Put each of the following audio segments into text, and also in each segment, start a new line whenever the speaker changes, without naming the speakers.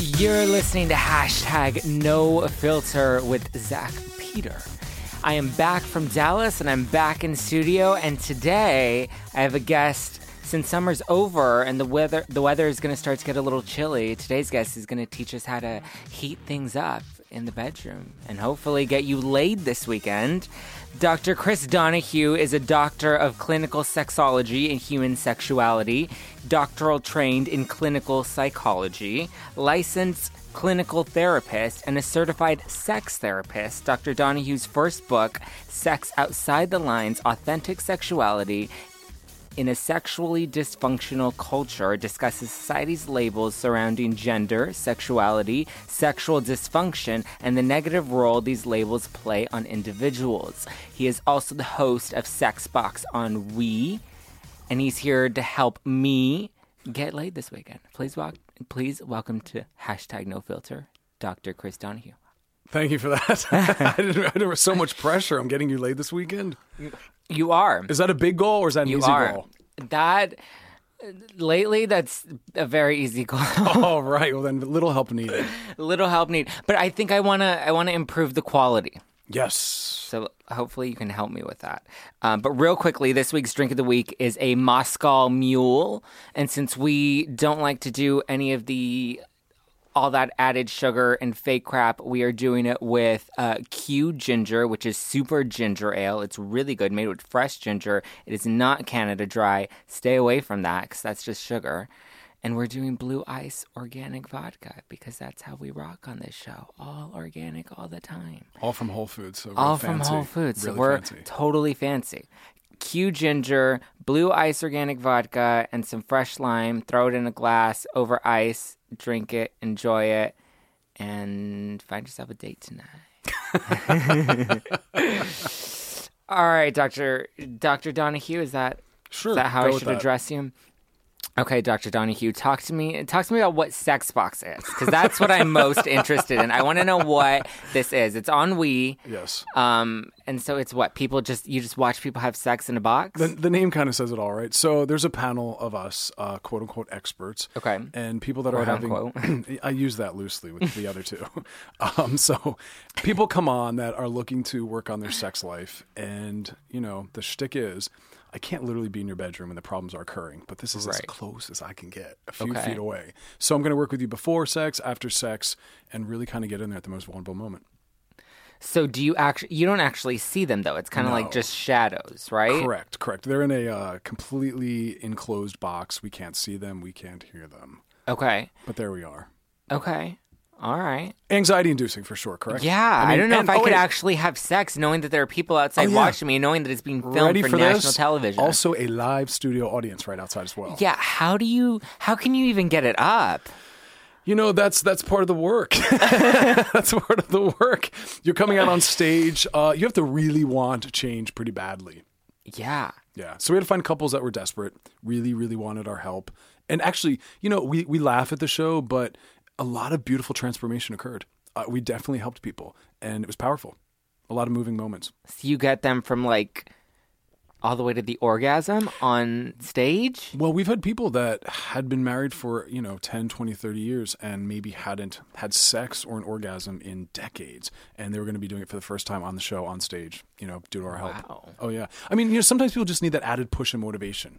You're listening to hashtag no filter with Zach Peter. I am back from Dallas and I'm back in studio. And today I have a guest. Since summer's over and the weather the weather is going to start to get a little chilly, today's guest is going to teach us how to heat things up in the bedroom and hopefully get you laid this weekend. Dr. Chris Donahue is a doctor of clinical sexology and human sexuality, doctoral trained in clinical psychology, licensed clinical therapist, and a certified sex therapist. Dr. Donahue's first book, Sex Outside the Lines Authentic Sexuality, in a sexually dysfunctional culture discusses society's labels surrounding gender, sexuality, sexual dysfunction, and the negative role these labels play on individuals. He is also the host of Sexbox on We, and he's here to help me get laid this weekend. Please, walk, please welcome to hashtag no filter, Dr. Chris Donahue.
Thank you for that. I didn't, I didn't, so much pressure. I'm getting you laid this weekend.
You are.
Is that a big goal or is that an
You
easy
are.
goal?
That lately, that's a very easy goal.
All right. Well, then little help needed.
Little help needed, but I think I wanna I wanna improve the quality.
Yes.
So hopefully you can help me with that. Um, but real quickly, this week's drink of the week is a Moscow Mule, and since we don't like to do any of the all that added sugar and fake crap, we are doing it with uh, Q Ginger, which is super ginger ale. It's really good, made with fresh ginger. It is not Canada Dry. Stay away from that because that's just sugar. And we're doing Blue Ice organic vodka because that's how we rock on this show. All organic all the time
All from Whole Foods. So
all
real fancy.
from Whole Foods.
Really
so we're
fancy.
totally fancy. Q ginger, blue ice organic vodka, and some fresh lime. Throw it in a glass over ice. Drink it, enjoy it, and find yourself a date tonight. All right, Doctor Doctor Donahue, is that
Sure.
is that how
go
I
with
should
that.
address you? Okay, Dr. Donahue, talk to me. Talk to me about what Sexbox is, because that's what I'm most interested in. I want to know what this is. It's on Wii.
Yes.
Um, and so it's what people just you just watch people have sex in a box.
The, the name kind of says it all, right? So there's a panel of us, uh, quote unquote experts,
Okay.
and people that
Quote,
are having. I use that loosely with the other two. Um, so people come on that are looking to work on their sex life, and you know the shtick is. I can't literally be in your bedroom when the problems are occurring, but this is as
Right.
close as I can get, a few
Okay.
feet away. So I'm going to work with you before sex, after sex, and really kind of get in there at the most vulnerable moment.
So do you actually you don't actually see them though? It's kind of like
No.
just shadows, right?
Correct, correct. They're in a uh, completely enclosed box. We can't see them, we can't hear them,
Okay.
but there we are.
Okay. All right.
anxiety inducing for sure correct
Yeah, I, don't know if
and-
I
oh,
could
wait,
actually have sex knowing that there are people outside
yeah.
watching me, knowing that it's being filmed
ready
for,
for
national
this?
television.
also a live studio audience right outside as well
yeah, how do you how can you even get it up?
you know that's that's part of the work that's part of the work you're coming out on stage uh, you have to really want to change pretty badly
Yeah.
yeah so we had to find couples that were desperate really really wanted our help and actually you know we, we laugh at the show but a lot of beautiful transformation occurred uh, we definitely helped people and it was powerful a lot of moving moments
So you get them from like all the way to the orgasm on stage?
Well, we've had people that had been married for, you know, 10, 20, 30 years and maybe hadn't had sex or an orgasm in decades. And they were going to be doing it for the first time on the show, on stage, you know, due to our help.
Wow.
Oh, yeah. I mean, you know, sometimes people just need that added push and motivation.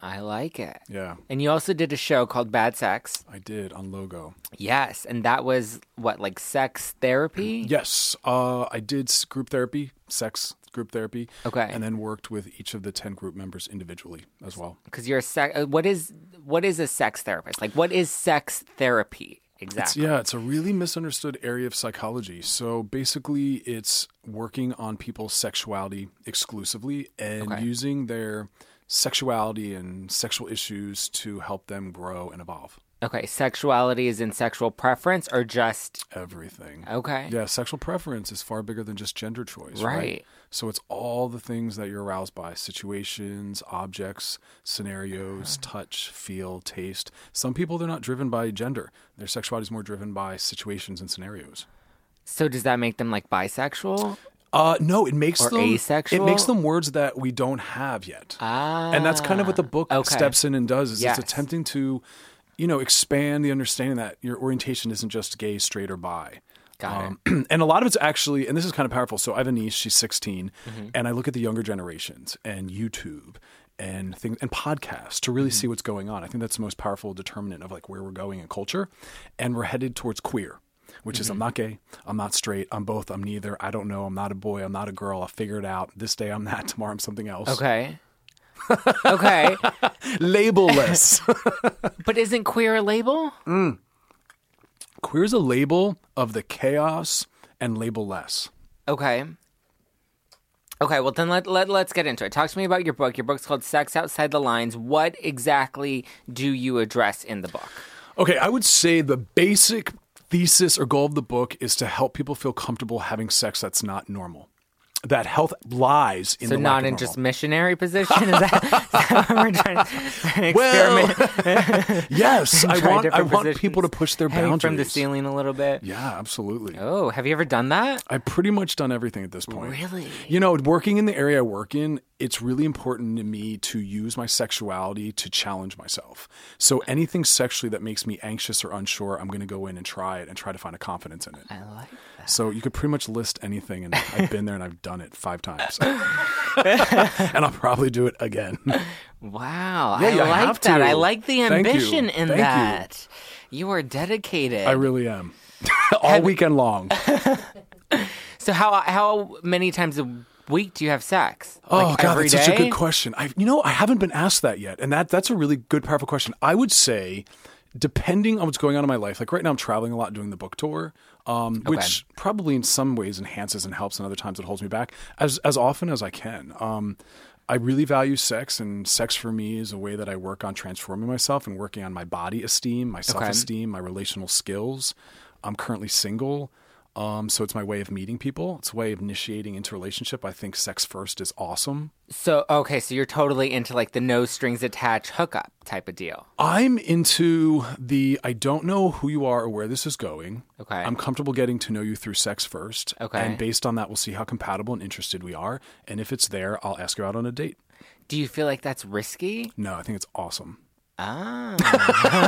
I like it.
Yeah,
And you also did a show called Bad Sex.
I did on Logo.
Yes, and that was what like sex
Mm,
therapy.
Yes, uh, I did s- group therapy, sex group therapy.
Okay.
And then worked with each of the 10 group members individually as well.
because you're a sex. What is what is a sex therapist? Like, what is sex therapy
It's-
exactly?
yeah, it's a really misunderstood area of psychology. So basically, it's working on people's sexuality exclusively and
Okay.
using their sexuality and sexual issues to help them grow and evolve.
Okay, sexuality is in sexual preference or just
Everything.
okay.
Yeah, sexual preference is far bigger than just gender choice, right.
Right.
So it's all the things that you're aroused by situations, objects, scenarios,
Uh-huh.
touch, feel, taste. Some people, they're not driven by gender, their sexuality is more driven by situations and scenarios.
So does that make them like bisexual?
Uh, no, it makes
Or
them
asexual?
It makes them words that we don't have yet,
Ah,
and that's kind of what the book
okay.
steps in and does. Is
Yes.
it's attempting to you know, expand the understanding that your orientation isn't just gay, straight, or bi. Um,
Got it.
and a lot of it's actually, and this is kind of powerful. So I have a niece; she's 16,
Mm-hmm.
and I look at the younger generations and YouTube and things and podcasts to
Mm-hmm.
really see what's going on. I think that's the most powerful determinant of like where we're going in culture, and we're headed towards queer, which
Mm-hmm.
is I'm not gay, I'm not straight, I'm both, I'm neither, I don't know, I'm not a boy, I'm not a girl, I'll figure it out. This day I'm that, tomorrow I'm something else.
Okay. okay.
Labelless.
But isn't queer a label?
Mm. queer is a label of the chaos and labelless.
Okay. Okay, well then let, let let's get into it. Talk to me about your book. Your book's called Sex Outside the Lines. What exactly do you address in the book?
Okay, I would say the basic thesis or goal of the book is to help people feel comfortable having sex that's not normal. That health lies in
So
the lack
not
of
in
normal.
just missionary position? Is that, is that what we're trying to
Well,
experiment?
yes, I
Try
want I
different
want people to
positions,
push their
hanging
boundaries
from the ceiling a little bit.
Yeah, absolutely.
Oh, have you ever done that?
I've pretty much done everything at this point.
Really?
You know, working in the area I work in, it's really important to me to use my sexuality to challenge myself. So anything sexually that makes me anxious or unsure, I'm going to go in and try it and try to find a confidence in it.
I like
So you could pretty much list anything, and I've been there and I've done it five times, and I'll probably do it again.
Wow,
Yeah,
I
you
like
have
that.
to.
I like the
Thank you.
ambition in
Thank you.
that. You. are dedicated.
I really am, all weekend long.
so how how many times a week do you have sex?
Oh
Like,
God,
every
that's such a
day?
good question. I, you know, I haven't been asked that yet, and that that's a really good, powerful question. I would say, depending on what's going on in my life, like right now, I'm traveling a lot, doing the book tour, um, which probably in some ways enhances and helps, and other times it holds me back as as often as I can. Um, I really value sex, and sex for me is a way that I work on transforming myself and working on my body esteem, my self esteem, my relational skills. I'm currently single. Um, so it's my way of meeting people. It's a way of initiating into relationship. I think sex first is awesome.
So okay, so you're totally into like the no strings attached hookup type of deal.
I'm into the I don't know who you are or where this is going.
Okay.
I'm comfortable getting to know you through sex first.
Okay.
And based on that, we'll see how compatible and interested we are. And if it's there, I'll ask you out on a date.
Do you feel like that's risky?
No, I think it's awesome.
Ah,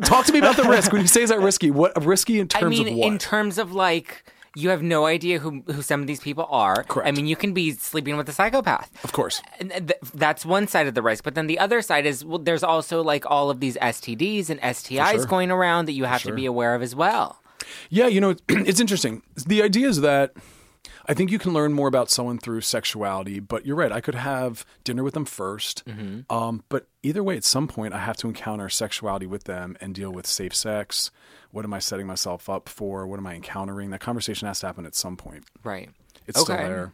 Talk to me about the risk. When you say is that risky, what risky in
I
terms
mean,
of what?
in terms of like. You have no idea who who some of these people are. I
Correct.
mean, you can be sleeping with a psychopath.
of course.
and uh, th- that's one side of the risk. But then the other side is well, there's also like all of these STDs and STIs
sure.
going around that you have to be aware of as well.
Yeah, you know, it's interesting. The idea is that I think you can learn more about someone through sexuality, but you're right. I could have dinner with them 1st Um, but either way, at some point, I have to encounter sexuality with them and deal with safe sex. What am I setting myself up for? What am I encountering? That conversation has to happen at some point.
Right.
It's
Okay.
still there.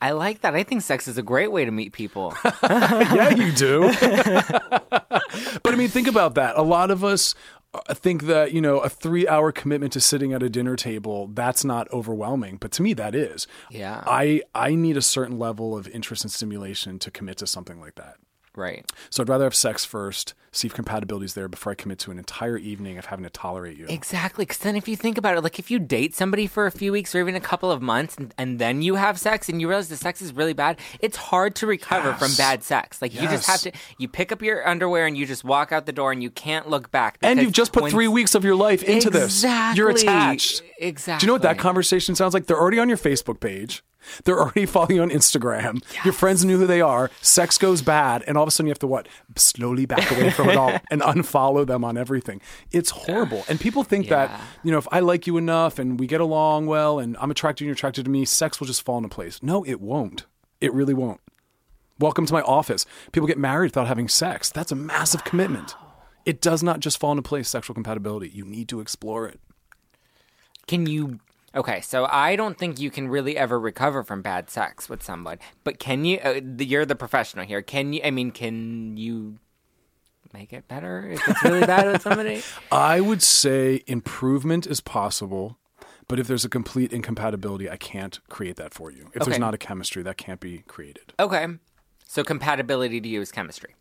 I like that. I think sex is a great way to meet people.
yeah, you do. but I mean, think about that. A lot of us uh, think that, you know, a three hour commitment to sitting at a dinner table, that's not overwhelming. But to me, that is.
Yeah.
I, I need a certain level of interest and stimulation to commit to something like that.
right.
So I'd rather have sex first, see if compatibility's there before I commit to an entire evening of having to tolerate you.
Exactly. Because then if you think about it, like if you date somebody for a few weeks or even a couple of months and, and then you have sex and you realize the sex is really bad, it's hard to recover from
Yes.
bad sex. Like you just have
Yes.
to, you pick up your underwear and you just walk out the door and you can't look back.
and
because
you've just put
when-
three weeks of your life into this. You're
Exactly.
attached. Do you know what that
Exactly.
conversation sounds like? They're already on your Facebook page. They're already following you on Instagram. Your friends knew who they are. Sex goes bad, and all of a sudden you have to what? Slowly back away from it all and unfollow them on everything. It's horrible. And people think that, you know, if I like you enough and we get along well and I'm attracted and you're attracted to me, sex will just fall into place. No, it won't. It really won't. Welcome to my office. People get married without having sex. That's a massive commitment. It does not just fall into place, sexual compatibility. You need to explore it.
Can you? Okay, so I don't think you can really ever recover from bad sex with someone. But can you? Uh, the- you're the professional here. Can you? I mean, can you make it better if it's really bad with somebody?
I would say improvement is possible, but if there's a complete incompatibility, I can't create that for you. If
Okay.
there's not a chemistry, that can't be created.
Okay, so compatibility to you is chemistry.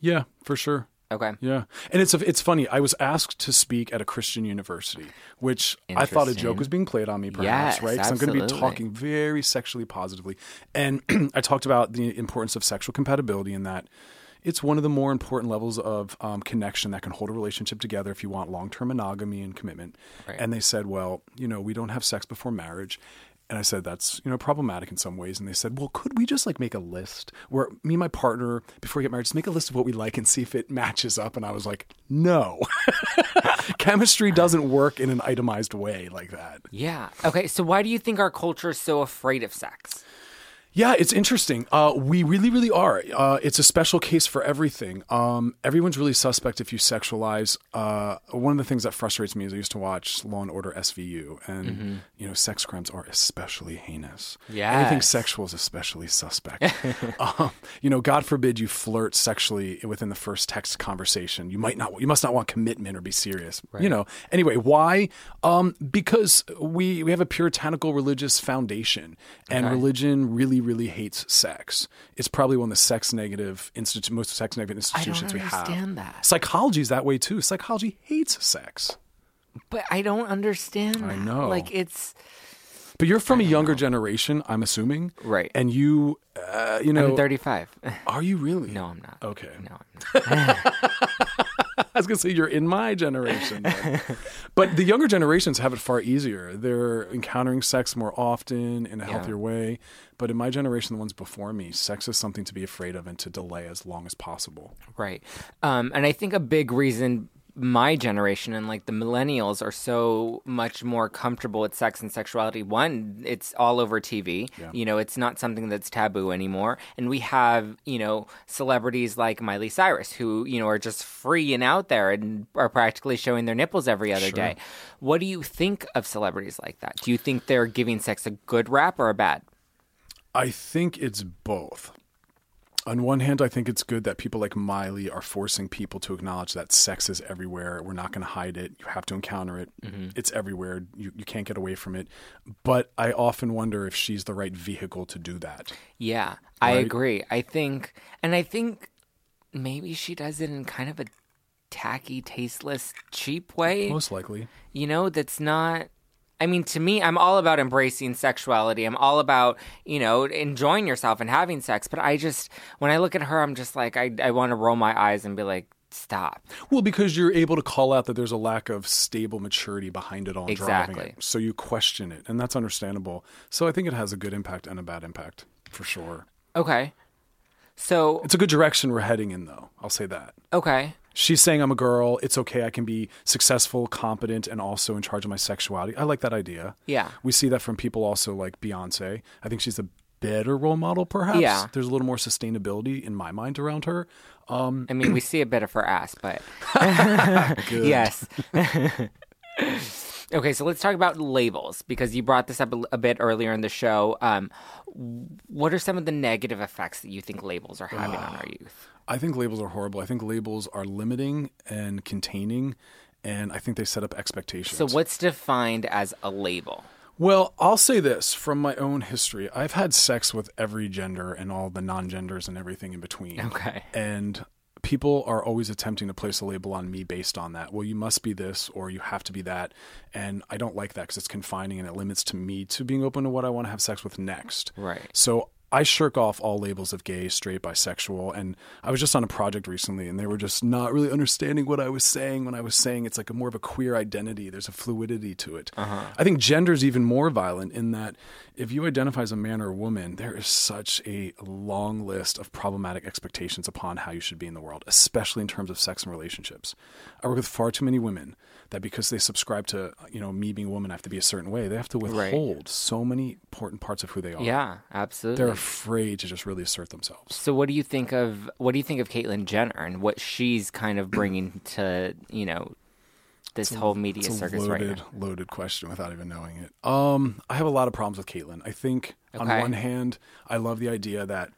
Yeah, for sure.
Okay,
Yeah, and it's it's funny. I was asked to speak at a Christian university, which I thought a joke
Interesting.
was being played on me, perhaps,
Yes,
right? Because I'm going to be
absolutely.
talking very sexually positively, and I talked about the importance of sexual compatibility in that it's one of the more important levels of um, connection that can hold a relationship together if you want long term monogamy and commitment. And they said, well, you know, we don't have sex before marriage. And I said, that's, you know, problematic in some ways. And they said, well, could we just like make a list where me and my partner, before we get married, just make a list of what we like and see if it matches up? And I was like, no. Chemistry doesn't work in an itemized way like that.
Yeah. Okay. So why do you think our culture is so afraid of sex?
Yeah, it's interesting. Uh, we really, really are. Uh, it's a special case for everything. Um, everyone's really suspect if you sexualize. Uh, one of the things that frustrates me is I used to watch Law and Order SVU, and you know, sex crimes are especially heinous. anything
Yes.
sexual is especially suspect. um, you know, God forbid you flirt sexually within the first text conversation. You might not, you must not want commitment or be serious. You know. Anyway, why? Um, because we we have a puritanical religious foundation, and religion really really hates sex. It's probably one of the sex negative institu- most sex negative institutions we have.
understand that.
Psychology is that way too. Psychology hates sex.
But I don't understand.
I
that.
know.
Like it's
But you're from a younger generation, I'm assuming,
Right.
And you, uh, you
I'm
know,
35.
are you really?
no, I'm not.
Okay.
No, I'm not.
I was gonna say you're in my generation, then. but the younger generations have it far easier. They're encountering sex more often in a healthier way. But in my generation, the ones before me, sex is something to be afraid of and to delay as long as possible.
Right. Um, and I think a big reason my generation and like the millennials are so much more comfortable with sex and sexuality. One, it's all over TV. You know, it's not something that's taboo anymore. And we have, you know, celebrities like Miley Cyrus who, you know, are just free and out there and are practically showing their nipples every other day. What do you think of celebrities like that? Do you think they're giving sex a good rap or a bad?
I think it's both. On one hand, I think it's good that people like Miley are forcing people to acknowledge that sex is everywhere. We're not going to hide it. You have to encounter it. It's everywhere. You, you can't get away from it. But I often wonder if she's the right vehicle to do that.
Yeah, I agree. I think, and I think maybe she does it in kind of a tacky, tasteless, cheap way.
Most likely.
You know, that's not. I mean, to me, I'm all about embracing sexuality. I'm all about, you know, enjoying yourself and having sex. But I just, when I look at her, I'm just like, I, I want to roll my eyes and be like, stop.
Well, because you're able to call out that there's a lack of stable maturity behind it all, driving
Exactly.
it. So you question it, and that's understandable. So I think it has a good impact and a bad impact for sure.
Okay. So,
It's a good direction we're heading in, though. I'll say that.
okay.
She's saying I'm a girl. It's okay. I can be successful, competent, and also in charge of my sexuality. I like that idea.
Yeah.
We see that from people also like Beyonce. I think she's a better role model, perhaps.
Yeah.
There's a little more sustainability in my mind around her.
I mean, we see a bit of her ass, but yes. okay, so let's talk about labels because you brought this up a, a bit earlier in the show. Um, what are some of the negative effects that you think labels are having
Ah.
on our youth?
I think labels are horrible. I think labels are limiting and containing, and I think they set up expectations.
So, what's defined as a label?
well, I'll say this from my own history I've had sex with every gender and all the non genders and everything in between.
Okay.
And people are always attempting to place a label on me based on that. Well, you must be this or you have to be that. And I don't like that because it's confining and it limits to me to being open to what I want to have sex with next.
Right.
So I shirk off all labels of gay, straight, bisexual. And I was just on a project recently and they were just not really understanding what I was saying when I was saying it's like a more of a queer identity. There's a fluidity to it. I think gender is even more violent in that if you identify as a man or a woman, there is such a long list of problematic expectations upon how you should be in the world, especially in terms of sex and relationships. I work with far too many women that because they subscribe to, you know, me being a woman, I have to be a certain way. They have to withhold so many important parts of who they are
Yeah, absolutely.
Oh. they're afraid to just really assert themselves.
so, what do you think of what do you think of Caitlyn Jenner and what she's kind of bringing to you know this whole media
It's a
circus right
loaded,
now?
loaded question without even knowing it. Um, I have a lot of problems with Caitlyn. I think on
Okay.
one hand, I love the idea that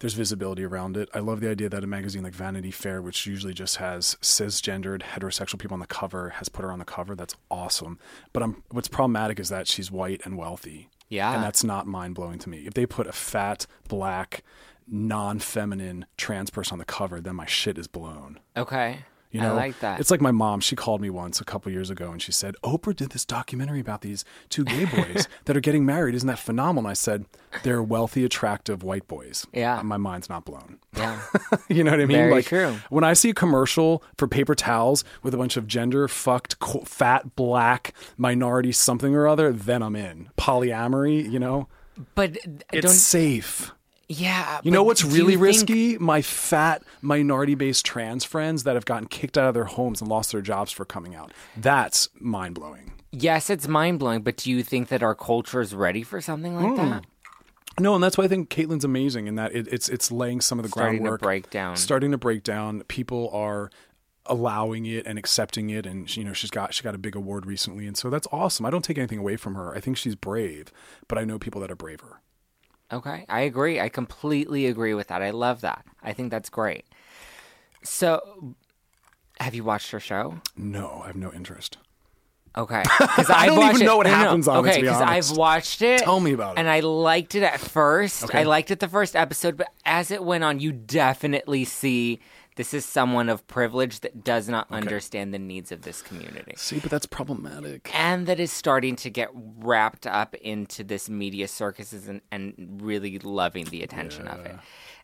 there's visibility around it. I love the idea that a magazine like Vanity Fair, which usually just has cisgendered heterosexual people on the cover, has put her on the cover. That's awesome. But I'm, what's problematic is that she's white and wealthy.
Yeah.
And that's not mind blowing to me. If they put a fat, black, non feminine trans person on the cover, then my shit is blown.
Okay.
You
I
know,
like that.
It's like my mom. She called me once a couple years ago, and she said Oprah did this documentary about these two gay boys that are getting married. Isn't that phenomenal? And I said they're wealthy, attractive white boys.
Yeah.
my mind's not blown.
Yeah.
you know what I mean?
Very
like
true.
when I see a commercial for paper towels with a bunch of gender fucked, co- fat, black, minority something or other, then I'm in polyamory. You know,
But uh,
it's
don't
safe.
yeah.
You know what's really risky? My fat minority based trans friends that have gotten kicked out of their homes and lost their jobs for coming out. That's mind blowing.
yes, it's mind blowing. But do you think that our culture is ready for something
Hmm,
like that?
No, and that's why I think Caitlin's amazing in that it, it's it's laying some of the
Starting to
groundwork,
break down.
starting to break down. People are allowing it and accepting it, and she, you know she's got she got a big award recently, and so that's awesome. I don't take anything away from her. I think she's brave, but I know people that are braver.
Okay, I agree. I completely agree with that. I love that. I think that's great. So, have you watched her show?
No, I have no interest.
Okay, because I
don't
watched
even
it-
know what
no, no, no.
happens on it, to
Okay,
be
I've
honest.
watched it.
Tell me about it.
And I liked it at first. I liked it the first episode, but as it went on, you definitely see this is someone of privilege that does not understand the needs of this community.
See, but that's problematic.
and that is starting to get wrapped up into this media circuses and, and really loving the attention of it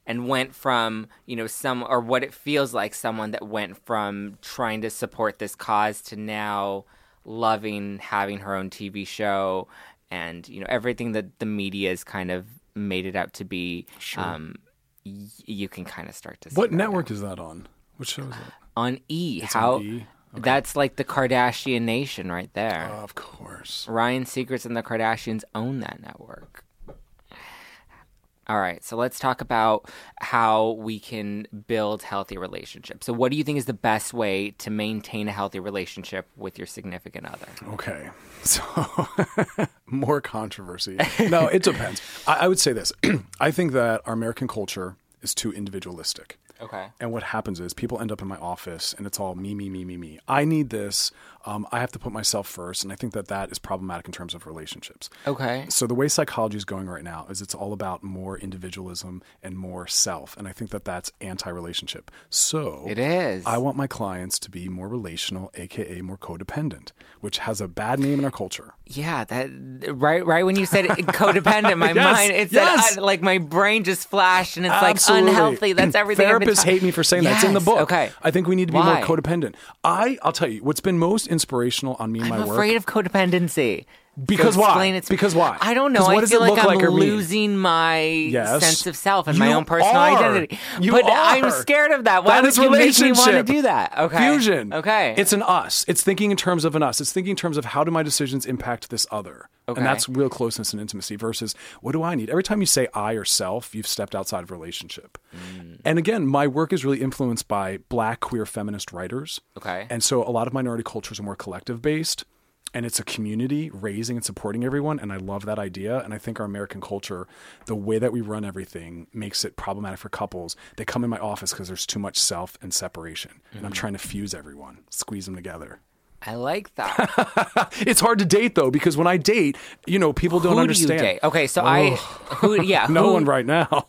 and went from you know some or what it feels like someone that went from trying to support this cause to now loving having her own tv show and you know everything that the media has kind of made it out to be um y- you can kind of start to see
What
that
network is that on? What show is that?
on e how
E?
that's like the kardashian nation right there
Of course.
Ryan Seacrest and the Kardashians own that network. All right, so let's talk about how we can build healthy relationships. So, what do you think is the best way to maintain a healthy relationship with your significant other?
Okay. So more controversy. No, it depends. I, I would say this. I think that our American culture is too individualistic.
Okay.
And what happens is people end up in my office and it's all me, me, me, me, me. I need this. Um, I have to put myself first. And I think that that is problematic in terms of relationships.
Okay.
So the way psychology is going right now is it's all about more individualism and more self. And I think that that's anti-relationship. So
It is.
I want my clients to be more relational, aka more codependent, which has a bad name in our culture.
yeah, that right right when you said it- codependent, my
Yes,
mind it's
yes.
that, like my brain just flashed and it's
Absolutely.
like unhealthy. That's everything I've been
Therapists
ta-
hate me for saying that. It's in the
Yes,
book.
Okay.
I think we need to be
Why?
more codependent. I, I'll tell you, what's been most inspirational on me and
I'm
my work
afraid of codependency.
Because
So
why?
explain It to me.
Because why?
I don't know.
'Cause what
I
does
feel
it look
like I'm
like or mean?
losing my
Yes.
sense of self and my
You
own personal
are.
identity.
You
but
are.
I'm scared of that. Why
That
would
is
you make me want to
relationship.
do that? Okay.
Fusion.
Okay.
It's an us. It's thinking in terms of an us. It's thinking in terms of how do my decisions impact this other.
Okay.
And that's real closeness and intimacy versus what do I need? Every time you say I or self, you've stepped outside of relationship.
Mm.
And again, my work is really influenced by black queer feminist writers.
Okay.
And so a lot of minority cultures are more collective based and it's a community raising and supporting everyone and I love that idea and I think our American culture the way that we run everything makes it problematic for couples. They come in my office cuz there's too much self and separation and
Mm-hmm.
I'm trying to fuse everyone, squeeze them together.
I like that.
It's hard to date though because when I date, you know, people don't
who do
understand.
you date? Okay, so I who yeah,
No
who,
one right now.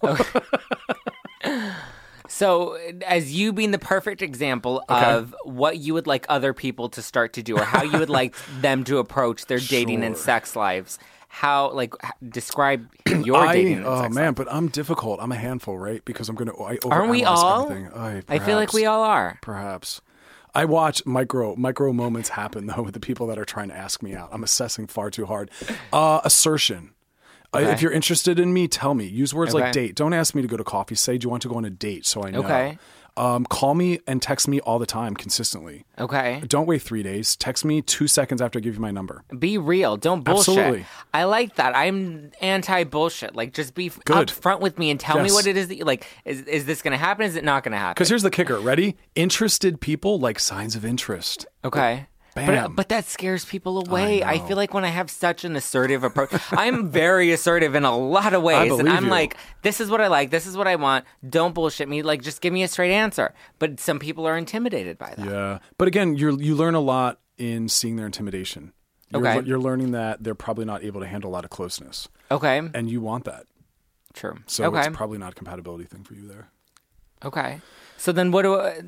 So as you being the perfect example of what you would like other people to start to do or how you would like them to approach their dating and
Sure.
sex lives, how like h- describe your
I-
dating and
oh
sex
man, but I'm difficult. I'm a handful, right? Because I'm going to I
Aren't we
overanalyze
all?
everything.
I feel like
perhaps.
we all are.
Perhaps. I watch micro micro moments happen though with the people that are trying to ask me out. I'm assessing far too hard. Uh, assertion. Uh, if you're interested in me, tell me. Use words
Okay.
like date. Don't ask me to go to coffee. Say, do you want to go on a date? So I know.
Okay.
Um, call me and text me all the time consistently.
Okay.
Don't wait three days. Text me two seconds after I give you my number.
Be real. Don't bullshit.
Absolutely.
I like that. I'm anti bullshit. Like, just be f
Good.
upfront with me and tell me
Yes.
what it is that you like. Is, is this going to happen? Is it not going to happen?
Because here's the kicker. Ready? Interested people like signs of interest.
Okay. But,
Bam.
but that scares people away. I, feel like when I have such an assertive approach, I'm very assertive in a lot of ways. and
believe
I'm
you.
like, this is what I like. This is what I want. Don't bullshit me. Like, just give me a straight answer. But some people are intimidated by that.
Yeah, but again, you you learn a lot in seeing their intimidation. You're,
Okay.
you're learning that they're probably not able to handle a lot of closeness,
Okay.
and you want that.
True.
So
okay.
it's probably not a compatibility thing for you there.
Okay. So then what do I,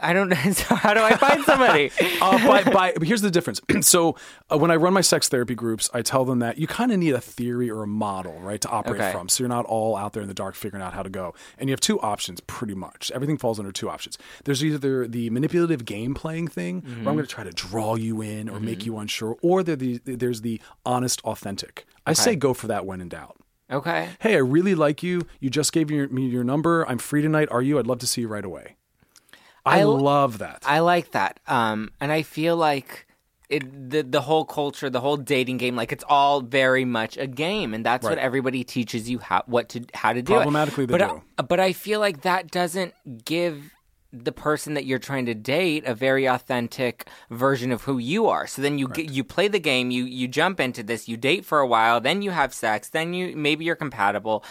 I don't. So how do I find somebody?
uh, by, by, but here's the difference. so uh, when I run my sex therapy groups, I tell them that you kind of need a theory or a model, right, to operate
Okay.
from. So you're not all out there in the dark figuring out how to go. And you have two options, pretty much. Everything falls under two options. There's either the manipulative game playing thing,
Mm-hmm.
where I'm going to try to draw you in or make you unsure, or there the, there's the honest, authentic. I say go for that when in doubt.
okay.
Hey, I really like you. You just gave your, me your number. I'm free tonight. Are you? I'd love to see you right away.
I
I,
l-
love that.
I like that. Um, and I feel like it, the the whole culture, the whole dating game, like it's all very much a game, and that's what everybody teaches you how what to how to do.
Problematically,
it.
they
but
do.
I, but I feel like that doesn't give the person that you're trying to date a very authentic version of who you are. So then you get, you play the game, you you jump into this, you date for a while, then you have sex, then you maybe you're compatible.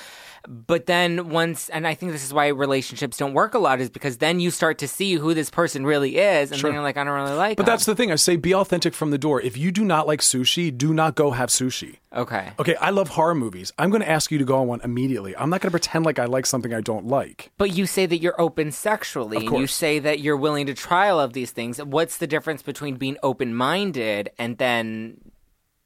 But then once and I think this is why relationships don't work a lot is because then you start to see who this person really is and then you're like I don't really like
But that's the thing. I say be authentic from the door. If you do not like sushi, do not go have sushi.
okay.
Okay, I love horror movies. I'm going to ask you to go on one immediately. I'm not going to pretend like I like something I don't like.
But you say that you're open sexually, and you
course.
say that you're willing to try all of these things. What's the difference between being open minded and then,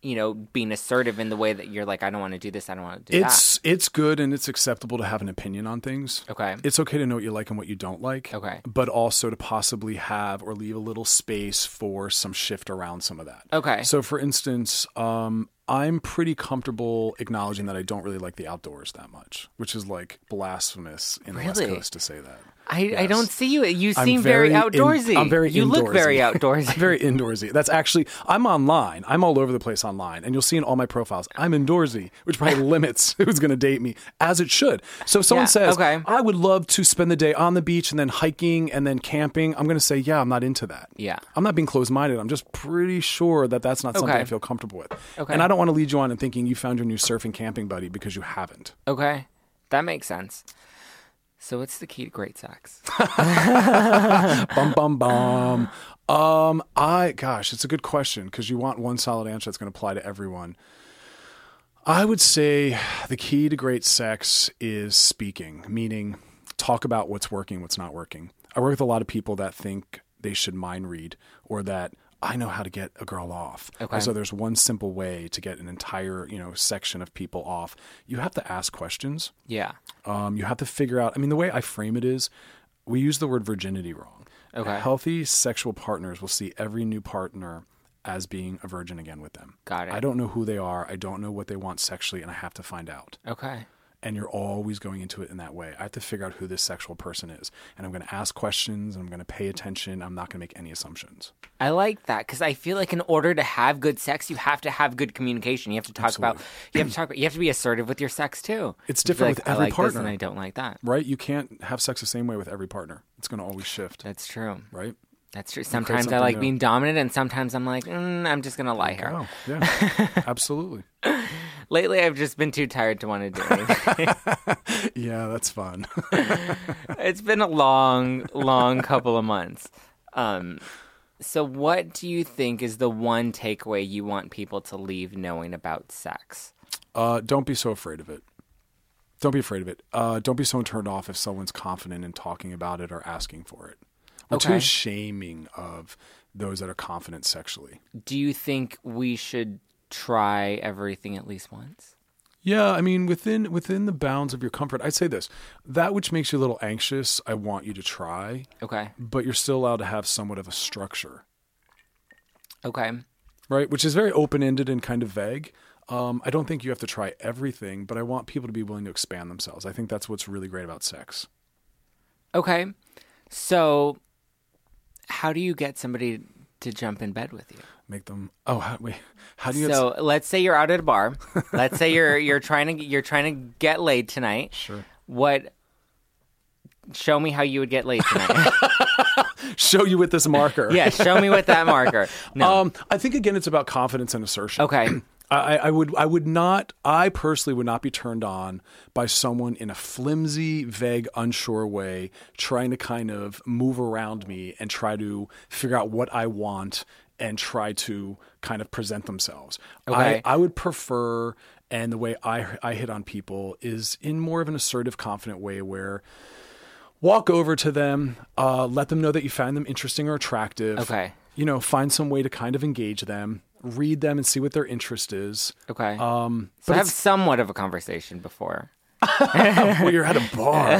you know, being assertive in the way that you're like, I don't want to do this, I don't want to do
It's it's good and it's acceptable to have an opinion on things.
Okay.
It's okay to know what you like and what you don't like.
Okay.
But also to possibly have or leave a little space for some shift around some of that.
that? Okay.
So for instance, um I'm pretty comfortable acknowledging that I don't really like the outdoors that much, which is like blasphemous in the West
Really?
Coast to say that.
I, I don't see you. You
I'm
seem very,
in-
outdoorsy.
I'm very
you look very
outdoorsy.
outdoorsy.
I'm very indoorsy. That's actually I'm online. I'm all over the place online, and you'll see in all my profiles I'm indoorsy, which probably limits who's going to date me, as it should. So if someone
Yeah,
says,
okay.
"I would love to spend the day on the beach and then hiking and then camping," I'm going to say, "Yeah, I'm not into that."
Yeah.
I'm not being closed-minded. I'm just pretty sure that that's not something
Okay.
I feel comfortable with.
Okay.
And I don't want to lead you on in thinking you found your new surfing camping buddy because you haven't.
okay. That makes sense. So, what's the key to great sex?
bum bum bum. Um, I gosh, it's a good question because you want one solid answer that's going to apply to everyone. I would say the key to great sex is speaking, meaning talk about what's working, what's not working. I work with a lot of people that think they should mind read or that I know how to get a girl off.
Okay.
Or So there's one simple way to get an entire, you know, section of people off. You have to ask questions.
Yeah.
Um, you have to figure out. I mean, the way I frame it is, we use the word virginity wrong.
Okay.
Healthy sexual partners will see every new partner as being a virgin again with them.
Got it.
I don't know who they are. I don't know what they want sexually, and I have to find out.
Okay.
And you're always going into it in that way. I have to figure out who this sexual person is, and I'm going to ask questions, and I'm going to pay attention. I'm not going to make any assumptions.
I like that because I feel like in order to have good sex, you have to have good communication. You have to talk about, you have to talk about, you have to be assertive with your sex too.
It's
To be
different
like,
with every
I like This and
partner."
I don't like that.
Right? You can't have sex the same way with every partner. It's going to always shift.
That's true.
Right?
That's true. Sometimes I
something
like
new.
being dominant, and sometimes I'm like, mm, I'm just gonna lie here.
Oh, yeah. Absolutely.
Lately, I've just been too tired to want to do anything.
Yeah, that's fun.
it's been a long, long couple of months. Um, so, what do you think is the one takeaway you want people to leave knowing about sex?
Uh, don't be so afraid of it. Don't be afraid of it. Uh, don't be so turned off if someone's confident in talking about it or asking for it. We're
Okay.
too shaming of those that are confident sexually.
Do you think we should try everything at least once?
Yeah, I mean within within the bounds of your comfort, I'd say this: that which makes you a little anxious, I want you to try,
Okay.
but you're still allowed to have somewhat of a structure,
Okay.
right? Which is very open ended and kind of vague. Um, I don't think you have to try everything, but I want people to be willing to expand themselves. I think that's what's really great about sex.
Okay. So, how do you get somebody to jump in bed with you?
Make them. Oh, how, wait. How do you? get
So, let's say you're out at a bar. let's say you're you're trying to you're trying to get laid tonight.
Sure.
What? Show me how you would get laid tonight.
show you with this marker.
yeah, show me with that marker. No.
Um, I think again, it's about confidence and assertion.
okay.
I, I would, I would not, I personally would not be turned on by someone in a flimsy, vague, unsure way, trying to kind of move around me and try to figure out what I want and try to kind of present themselves.
Okay.
I, I would prefer, and the way I, I hit on people is in more of an assertive, confident way where walk over to them, uh, let them know that you find them interesting or attractive.
Okay.
You know, find some way to kind of engage them, read them, and see what their interest is.
Okay.
Um,
so have somewhat of a conversation before.
Oh, well, you're at a bar.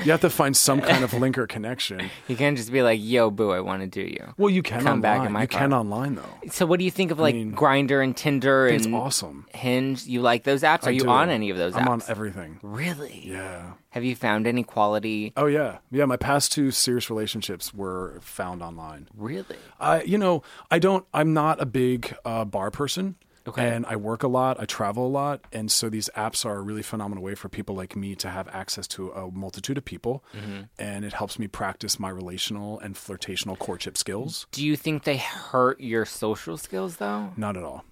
you have to find some kind of link or connection.
You can't just be like, "Yo, boo, I want to do you."
Well, you can
Come
online.
back in my
you
car.
can online though.
So, what do you think of like Grinder and Tinder
It's
and
awesome.
Hinge? You like those apps? Are you
Do
on
it.
any of those
I'm on
apps?
everything.
really?
Yeah.
Have you found any quality?
Oh yeah. Yeah. My past two serious relationships were found online.
Really?
I, you know, I don't. I'm not a big uh, bar person.
Okay.
And I work a lot. I travel a lot, and so these apps are a really phenomenal way for people like me to have access to a multitude of people, and it helps me practice my relational and flirtational courtship skills.
Do you think they hurt your social skills though?
Not at all.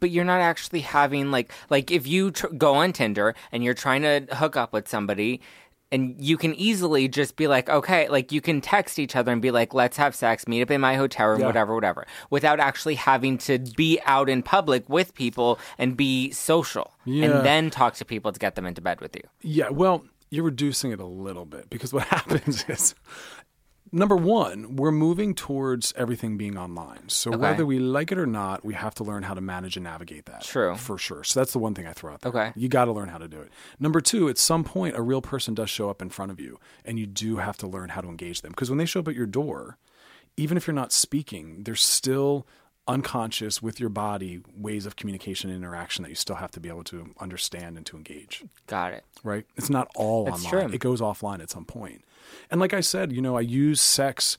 But you're not actually having like like if you tr- go on Tinder and you're trying to hook up with somebody and you can easily just be like okay like you can text each other and be like let's have sex meet up in my hotel room
Yeah.
whatever whatever without actually having to be out in public with people and be social
Yeah.
and then talk to people to get them into bed with you
Yeah, well, you're reducing it a little bit because what happens is number one, we're moving towards everything being online. So whether we like it or not, we have to learn how to manage and navigate that.
True.
For sure. So that's the one thing I throw out there.
Okay.
You got to learn how to do it. Number two, at some point, a real person does show up in front of you and you do have to learn how to engage them because when they show up at your door, even if you're not speaking, there's still unconscious with your body ways of communication and interaction that you still have to be able to understand and to engage
got it
right? It's not all
That's
online.
true.
It goes offline at some point. And like I said, you know, I use sex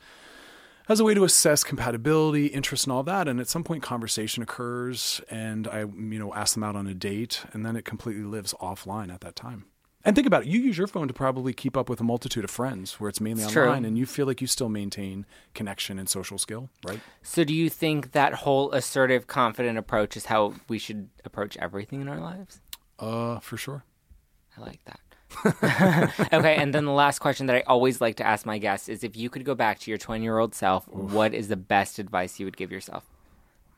as a way to assess compatibility, interest, and all that. And at some point, conversation occurs, and I, you know, ask them out on a date, and then it completely lives offline at that time. And think about it. You use your phone to probably keep up with a multitude of friends where it's mainly
It's true.
online, and you feel like you still maintain connection and social skill, right?
So, do you think that whole assertive, confident approach is how we should approach everything in our lives?
Uh, for sure.
I like that. okay, and then the last question that I always like to ask my guests is if you could go back to your 20 year old self, what is the best advice you would give yourself?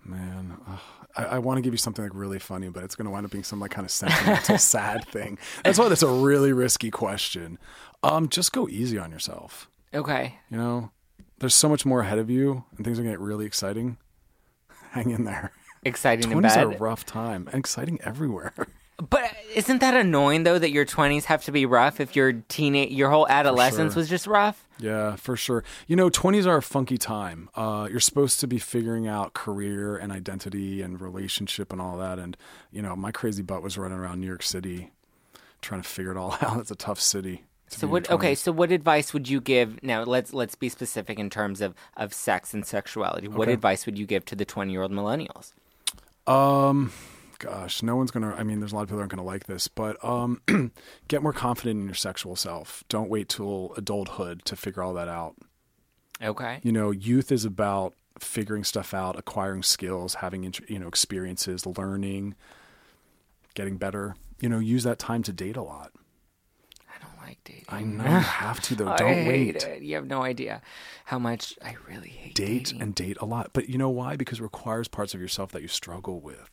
Man, ugh. I, I want to give you something like really funny, but it's going to wind up being some like kind of sentimental, sad thing. That's why that's a really risky question. Um, just go easy on yourself.
Okay.
You know, there's so much more ahead of you, and things are going to get really exciting. Hang in there.
Exciting in
Twenties are a
bed.
rough time, and exciting everywhere.
But isn't that annoying though that your 20s have to be rough if your teenage your whole adolescence
sure.
was just rough?
yeah, for sure. You know, twenties are a funky time. Uh, you're supposed to be figuring out career and identity and relationship and all that. And you know, my crazy butt was running around New York City, trying to figure it all out. It's a tough city. to
So
be in
what
your
okay,
20s.
so what advice would you give now let's let's be specific in terms of of sex and sexuality. What advice would you give to the 20-year-old millennials?
Um, gosh, no one's gonna. I mean, there's a lot of people that aren't gonna like this, but um, get more confident in your sexual self. Don't wait till adulthood to figure all that out.
Okay.
You know, youth is about figuring stuff out, acquiring skills, having int- you know experiences, learning, getting better. You know, use that time to date a lot.
I don't like dating.
I know you have to though.
I
Don't
hate
wait.
it. You have no idea how much I really hate
Date
dating.
and date a lot, but you know why? Because it requires parts of yourself that you struggle with.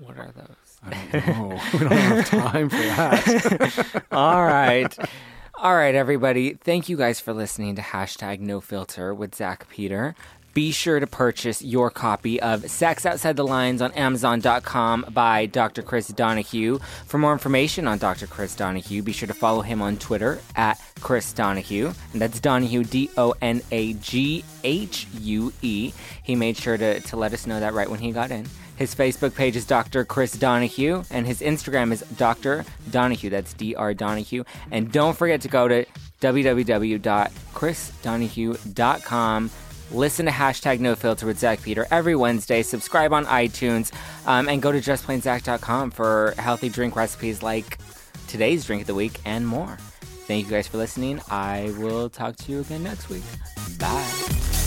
What are those?
I don't know. we don't have time for that.
All right. All right, everybody. Thank you guys for listening to hashtag no filter with Zach Peter. Be sure to purchase your copy of Sex Outside the Lines on Amazon.com by Dr. Chris Donahue. For more information on Dr. Chris Donahue, be sure to follow him on Twitter at Chris Donahue. And that's Donahue, D O N A G H U E. He made sure to, to let us know that right when he got in. His Facebook page is Dr. Chris Donahue, and his Instagram is Dr. Donahue. That's Dr. Donahue. And don't forget to go to www.chrisdonahue.com. Listen to hashtag no filter with Zach Peter every Wednesday. Subscribe on iTunes um, and go to justplainzach.com for healthy drink recipes like today's drink of the week and more. Thank you guys for listening. I will talk to you again next week. Bye.